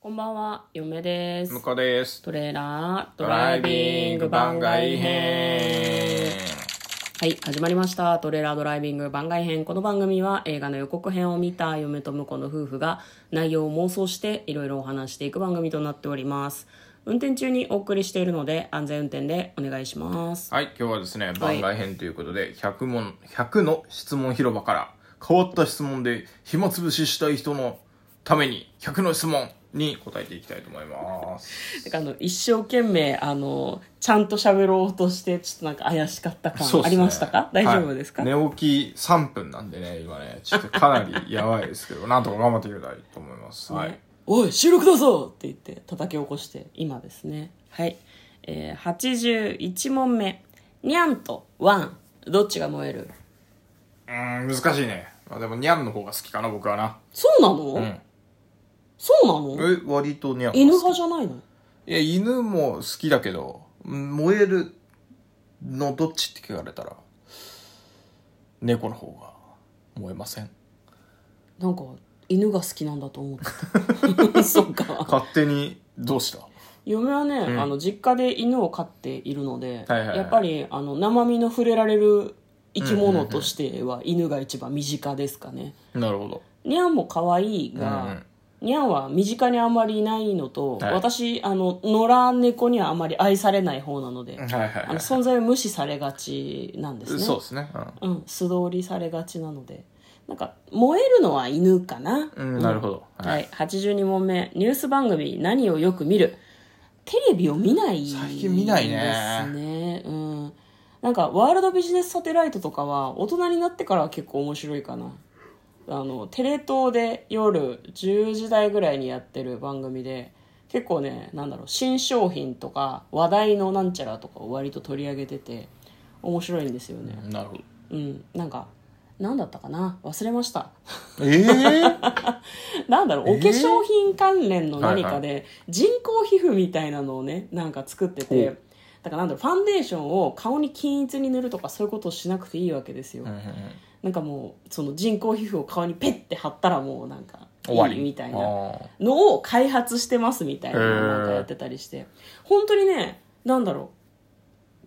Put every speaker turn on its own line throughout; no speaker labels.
こんばんは、嫁です
向。こうです。
トレーラードライビング番外編。はい、始まりました。トレーラードライビング番外編。この番組は映画の予告編を見た嫁と婿の夫婦が内容を妄想していろいろお話していく番組となっております。運転中にお送りしているので安全運転でお願いします。
はい、今日はですね、番外編ということで、100問、100の質問広場から、変わった質問で暇つぶししたい人のために、100の質問に答えていきたいと思います。
てかあの一生懸命あのちゃんと喋ろうとしてちょっとなんか怪しかった感
そうっす
あ
ね
りましたか、大丈夫ですか、
はい寝起き3分なんでね、今ね、ちょっとかなりやばいです けど、なんとか頑張っていきたいと思います。はい
ね。おい収録だぞって言って叩き起こして今ですねはい、えー、81問目にゃんとワンどっちが燃える
うーん、難しいね。まあでも、ニャンの方が好きかな、僕はな。
そうなの、
うん。
そうなの
え、割とニャンが好き。
犬派じゃないの
いや、犬も好きだけど、うん燃えるのどっちって聞かれたら、猫の方が燃えません。
なんか犬が好きなんだと思って たそっか
勝手に、どうした
嫁はね、
ん
あの実家で犬を飼っているので、
はいはいはい
やっぱりあの生身の触れられる生き物としては犬が一番身近ですかね、
なるほど。
ニャンも可愛いが、
うんうん
ニャンは身近にあんまりいないのと、
はい
私あの野良猫にはあんまり愛されない方なので、
はいはいはい
あの存在を無視されがちなんですね
そうですね。うん
うん、素通りされがちなのでなんか燃えるのは犬かな、
うんなるほど
は
はい
い、82問目ニュース番組何をよく見るテレビを見ない
最近見ないね
ですねうんなんかワールドビジネスサテライトとかは大人になってからは結構面白いかなあのテレ東で夜10時台ぐらいにやってる番組で結構ねなんだろう新商品とか話題のなんちゃらとかを割と取り上げてて面白いんですよね
なるほど。
うんなんか何だったかな忘れました
ええー、
なんだろう、お化
えー
粧品関連の何か
は
で、人工皮膚みたいなのをね、なんか作って
ほ
て
う、
だからなんだろう、ファンデーションを顔に均一に塗るとかそういうことをしなくていいわけですよ。
うんうんうん
なんかもう、その人工皮膚を顔にペッて貼ったらもうなんか、
終わり
いいみたい
あ
なのを開発してますみたいな
へー
なんかやってたりして、本当にね、なんだろ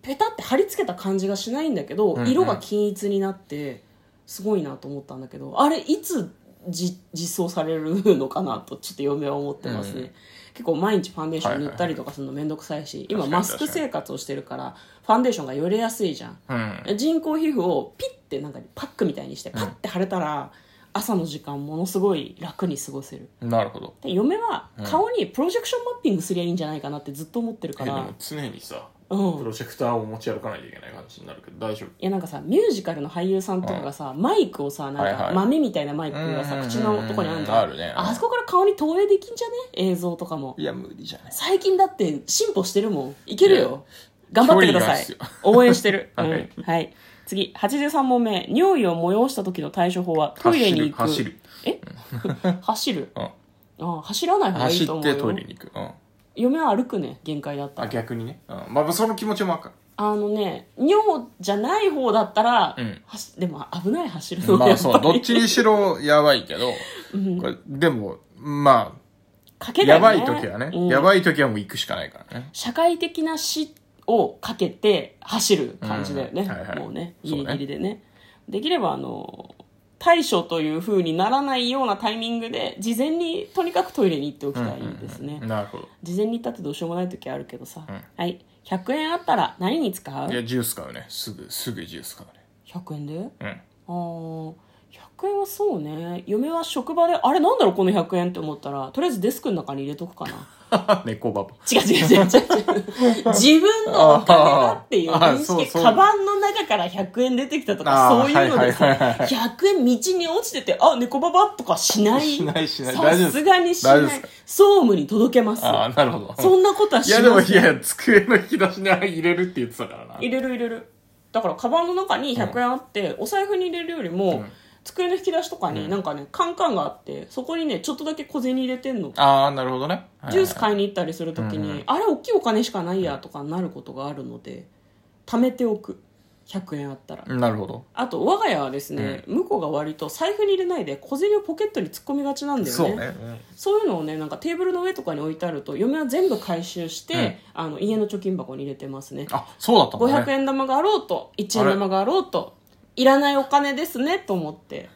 う、ペタって貼り付けた感じがしないんだけど、
うんうん
色が均一になって、すごいなと思ったんだけど、あれ、いつじ実装されるのかなと、ちょっと嫁は思ってますね。
うん
結構毎日ファンデーショ
は
ン塗
いはいはい
ったりとかするのめんどくさいし、今
確か
マ
に
スク生活をしてるから、ファンデーションがよれやすいじゃん。
ーうん。
人工皮膚をピッてなんかパックみたいにしてパッて貼れたら、朝の時間ものすごい楽に過ごせる。
なるほど。
で嫁は
うん
顔にプロジェクションマッピングすりゃいいんじゃないかなってずっと思ってるか
えで
ら、
も常にさ、
うん
プロジェクターを持ち歩かないといけない感じになるけど、大丈
い
夫。
やなんかさミュージカルの俳優さんとかがさ、マイクをさなん
はい
か
はい
豆みたいなマイクがさ、
うん
口のとこにあるじゃん
うんあるね
あそこから顔に投影できんじゃね映像とかも
いや、無理じゃない。
最近だって進歩してるもんいけるよ頑張ってください
距離があるっす
応援してる、うん
は
はいい次83問目尿意を催した時の対処法はトイレに行く
走る
え走る
うん
あ走らない方がい
走
いと
っ
思うよ
てトイレに行く。うん。
嫁は歩くね限界だった
あ、
ら
逆にね。うん。まあまあ、その気持ちもわかる。
あのね尿じゃない方だったら、
うん
走でも危ない走るの
ま
や
あ
っぱり、
そう、どっちにしろやばいけど、
うん
これでも、ま
か
あ、
けだ
や
よ
ば
ね
い時はね、
うん
やばい時はもう行くしかないからね。
社会的な死をかけて走る感じだよね、
うんはいはい
もうねギ
そうね
リギリでねできればあの対処という風にならないようなタイミングで事前にとにかくトイレに行っておきたいですね、
なるほど。
事前に行ったってどうしようもない時あるけどさ、
うん
はい100円あったら何に使
いうや、ジュース買うね。すぐ、すぐジュース買う
?100 円で
ね。
あー100円はそうね嫁は職場であれなんだろうこの100円って思ったらとりあえずデスクの中に入れとくか な
うん。 猫ババ。
違う違う違う違う違う自分のお金だっていう
あーあ
認
ーそう
識
そう
カバンの中から100円出てきたとか
あー
そういうのでさ、
はいはいはいはい
100円道に落ちててあ猫ババとかしない
しないしない
さ
大丈夫です
すがにし
大
ない
丈夫ですか
総務に届けます
ああ、なるほど。
そんなことはし
い
ま
や、
せん
でも、いや、机の引き出しに入れるって言ってたからな。
入れる入れるだからカバンの中に100円あって、お財布に入れるよりも、
うん
机の引き出しとかになんかね、カンカンがあってそこにねちょっとだけ小銭入れてんの、
ああ、なるほどね。
ジュース買いに行ったりするときに、
うんうん
あれ大きいお金しかないやとかなることがあるので貯めておく100円あったら、
なるほど。
あと我が家はですね、向こうが割と財布に入れないで小銭をポケットに突っ込みがちなんだよね
そうね。
そういうのをねなんかテーブルの上とかに置いてあると嫁は全部回収して、あの家の貯金箱に入れてますね
あ、そうだったんだ
500
ね。
円玉があろうと1円玉があろうといらないお金ですねと思って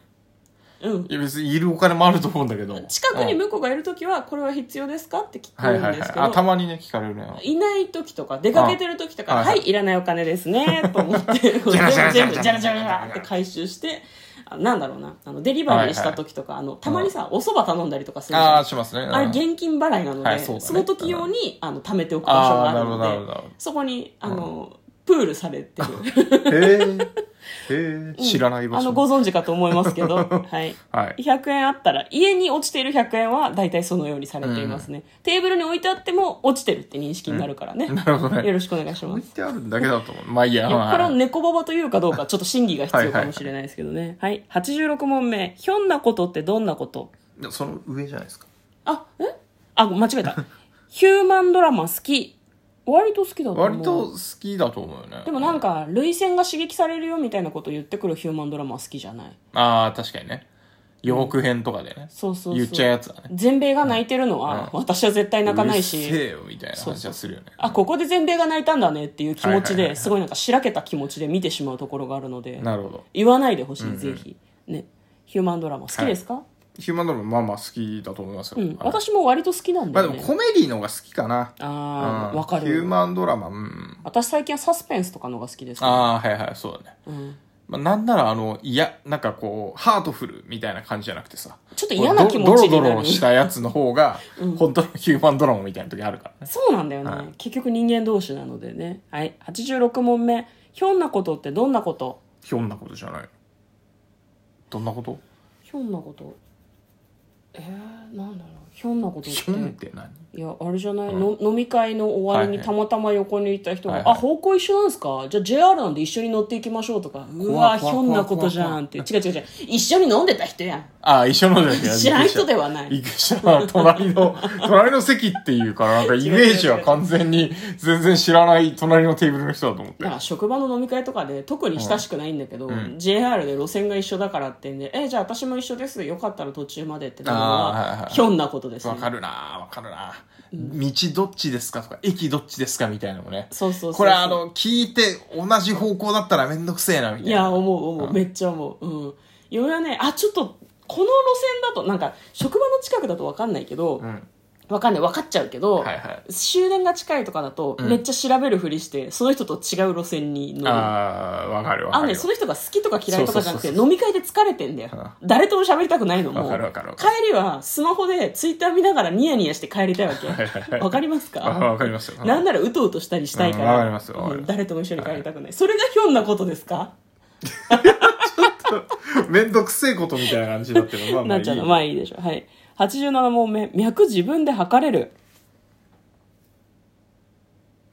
うん
いや別にいるお金もあると思うんだけど。
近くに
うん
向こうがいる時はこれは必要ですかって聞く
はいは
ん
い
で
は
す
い。
けど、
あ、たまにね、聞かれるね。
いない時とか出かけてる時とか
あ
は
はい
い、
はい
らないお金ですねと思って全部
じゃらじゃらじ
全
ゃら
部
じゃら
じゃらじゃらじゃらって回収してあなんだろうなあのデリバリーした時とか、あのたまにさお蕎麦頼んだりとかするじゃ
あ
ない
あ、しますね。うん
あれ現金払いなので、
はいそうだね
その時用にあの貯めておく場所があるの
あーなるほどなる
で
ほど
そこにあの、プールされてる
へえ。へえ。知らない場
あの
所。
ご存知かと思います けど、はい、
はい。
100円あったら家に落ちている100円は大体そのようにされていますね、テーブルに置いてあっても落ちてるって認識になるからね、
なるほどね。
よろしくお願いしま
置い
す
てあるだけだと思う。まあいいや。
いやこれは
はい
猫ババというかどうかちょっと審議が必要かもしれないですけどねはい86問目ひょんなことってどんなこと
いやその上じゃないですか。
あえあ間違え たヒューマンドラマ好き割と好きだと思う
割と好きだと思うよね。
でもなんか涙腺が刺激されるよみたいなこと言ってくるヒューマンドラマ好きじゃない
ああ、確かにね。予告編とかでね。
そうそうそう
言っちゃうやつだね。
全米が泣いてるのは私は絶対泣かないう
る
し
せえよみたいな話はするよね。
あここで全米が泣いたんだねっていう気持ち
はいはいはいはい
ですごいなんかしらけた気持ちで見てしまうところがあるので
なるほど。
言わないでほしいぜひねヒューマンドラマ好きですか
ヒューマンドラマまあまあ好きだと思いますよ。
うん
はい
私も割と好きなん
ま
だ
あで
よ
も
ね
コメディの方が好きかな。
ああ
うん
わか
ヒュー
る
マンドラマ、うん。
私最近はサスペンスとかのが好きですね
ああ、はいはい、そうだね。
うん
まあ、なんならあの、いや、なんかこう、ハートフルみたいな感じじゃなくてさ。
ちょっと嫌な気持ち
こう
に
ドロ
な
ドロ
る
したやつの方が、本当のヒューマンドラマみたいな時あるからね。
そうなんだよね、
はい
結局人間同士なのでねはい86問目ひょんなことってどんなこと
ひょんなことじゃない。どんなこと
ひょんなことえー、なんだろうひょんなことっ
ひょんってて何
いやあれじゃない、の飲み会の終わり
は
に
い
たまたま横にいた人が「
はいはい
あ方向一緒なんですかじゃあ JR なんで一緒に乗っていきましょう」とか「うわ
怖い怖い
ひょんなことじゃん」って違う違う違う一緒に飲んでた人やん
ああ、一緒のじゃな
知らん人ではない
行くしゃ、隣の、隣の席っていうから、なんかイメージは完全に、全然知らない隣のテーブルの人だと思って
だ。から職場の飲み会とかで特に親しくないんだけど、JR で路線が一緒だからってんで「えじゃあ私も一緒ですよかったら途中まで」ってなるの
あーはいは
はいひょんなことですね
わかるなぁわかるなぁ道どっちですかとか、駅どっちですかみたいなのもね。
そうそうそうそう
これあの、聞いて同じ方向だったらめんどくせえな、
い
みたいな。
や思う思うめっちゃ思ううん嫁はねあちょっとこの路線だとなんか職場の近くだと分かんないけど、
ん
分かんない分かっちゃうけど、
はいはい
終電が近いとかだと、めっちゃ調べるふりしてその人と違う路線に乗るあ
あー、わかるわか
の
る
ね
よ。
その人が好きとか嫌いとかじゃなくて
そうそうそうそう
飲み会で疲れてんだよ、誰とも喋りたくないのもう
わかるわかるわ
帰
かる
りはスマホでツイッター見ながらニヤニヤして帰りたいわけ
はいはいはい
わかりますか
あわかりますよ。
なんならうとうとしたりしたいか
うんわ
ら、
かりますわかります
うん誰とも一緒に帰りたくない、それがひょんなことですか
めんどくせえことみたいな感じになってるの。ま
な
あ
っちゃうの
ま
ま
あ
あ
いい。
いいでしょうはい87問目脈自分で測れる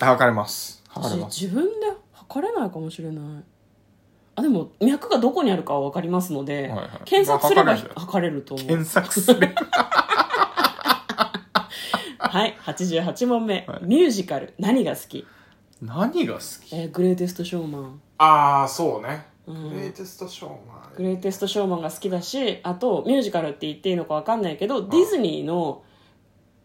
あわかります。わか
私
ります。
自分で測れないかもしれないあでも脈がどこにあるかは分かりますので、
はいはい
検索すれ
ま
ば
あ測
測れ
れる
ると思う
検索 する。
はい88問目、ミュージカル何が好き、
何が好き
えーグレイテストショーマン
ああ、そうね。
ん
グレイテストショーマ
グレイテストショーマンが好きだしあとミュージカルって言っていいのか分かんないけど、ディズニーの「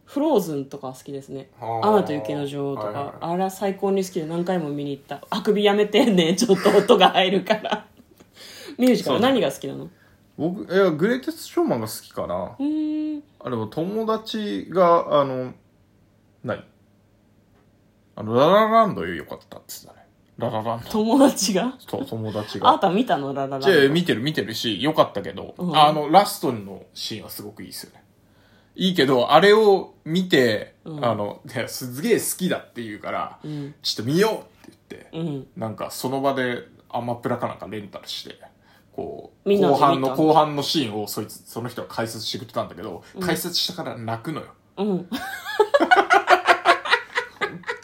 フローズン」とか好きですね「
あー
アナと雪の女王」とか、
はいはいはい
あれは最高に好きで何回も見に行ったあくびやめてね ちょっと音が入るから ミュージカル何が好きなのう
僕、いや、グレイテストショーマンが好きかな。
ーん
あ、でも友達が、あの、何あの、ララランドよかったっつってたね。ララランド。
友達が
そう、友達
あな
が。
た見たのラララ
じゃあ見てる見てるし、よかったけど、
うん
あの、ラストのシーンはすごくいいですよね。いいけど、あれを見て、
うん
あの、いやすげえ好きだって言うから、
うん
ちょっと見ようって言って、
うん
なんかその場でアマプラかなんかレンタルして、こう、
みんなで見
後
た
半の、後半のシーンをそいつ、その人が解説してくれたんだけど、解説したから泣くのよ。
うん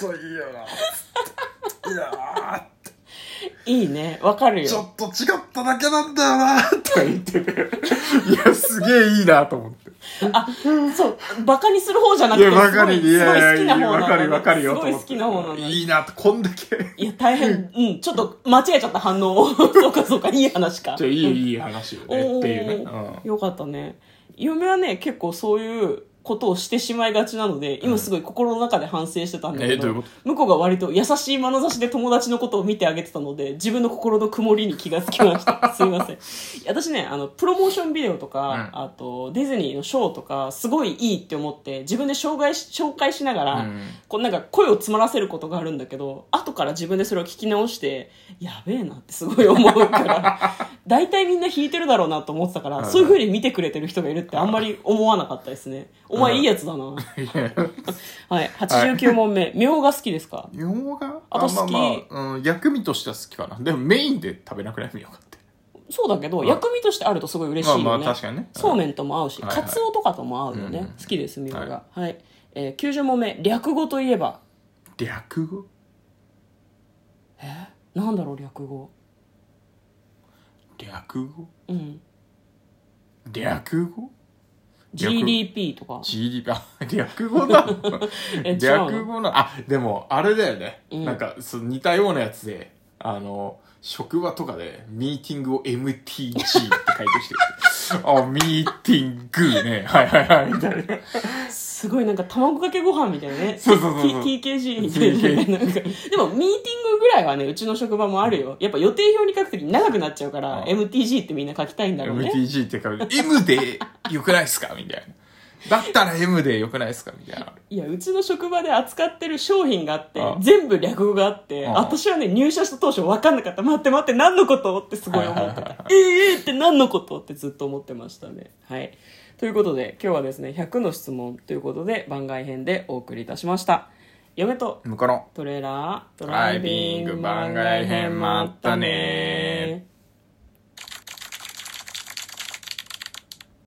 ほんといいよ な。いやー
いいねわかる
ちょ
よ
っと違っただけなんだよな、とか言ってて、いや、すげえいいなと思って。
あそうバカにする方じゃなく
い
て
や、
す
わか
ご
る。
い
い
すごい
や
好
い
きな方な
や、
の
わかるわかるよ。
すごい好きな方なの
いいな、こんだけ。
いや大変うんちょっと間違えちゃった反応を そうかそうかいい話か
じゃあいい、いい話よね。
お
っていうね。
ーよかったね嫁はね結構そういうことをしてしまいがちなので今すごい心の中で反省してたんだけ
えど
ど,、
ういうこ
向こうが割と優しい眼差しで友達のことを見てあげてたので自分の心の曇りに気がつきました すいませんいや私ねあのプロモーションビデオとか、あとディズニーのショーとかすごいいいって思って自分で紹介し紹介しながら、
うん
こうなんか声を詰まらせることがあるんだけど後から自分でそれを聞き直してやべえなってすごい思うから大体みんな弾いてるだろうなと思ってたから、
はい
そういうふうに見てくれてる人がいるってあんまり思わなかったですねお前いいやつだな、
うん。いや
はい89問目みょうが好きですか
みょうが
あと好き
まあまあうん、薬味としては好きかな。でもメインで食べなくないみょうがって。
そうだけど
ん
薬味としてあるとすごい嬉しい
ま
よ
あ
ね、
まあ確かにね。
そうめんとも合うし、
はいはい
かつおとかとも合うよね、
うんうん
好きですみょうがはい、えー90問目略語といえば
略語
なんだろう略語
略語
うん
略語
GDP とか
?GDP、あ、 略語なの
え違うの
略語なのあ、でも、あれだよね。
うん
なんか、そ似たようなやつで、あの、職場とかで、ミーティングを MTG って書いてきてる。 あ、ミーティングね。はいはいはい、みたいな。
すごいなんか卵かけご飯みたいなね。
そうそうそうそう
T- TKG みたいな。なんかでもミーティングぐらいはね、うちの職場もあるよ。やっぱ予定表に書くとき長くなっちゃうから、
あ
MTG ってみんな書きたいんだろうね。
MTG って書いて、M でよくないっすかみたいな。だったら M でよくないっすかみたいな。
いや、うちの職場で扱ってる商品があって
あ、
全部略語があって、
あ
私はね、入社した当初分かんなかった。待って待って、何のことってすごい思って
はい
た。ええって何のことってずっと思ってましたね。はい。ということで、今日はですね、100の質問ということで、番外編でお送りいたしました。嫁と
向こうの
トレーラード
ライビング番外編もあったね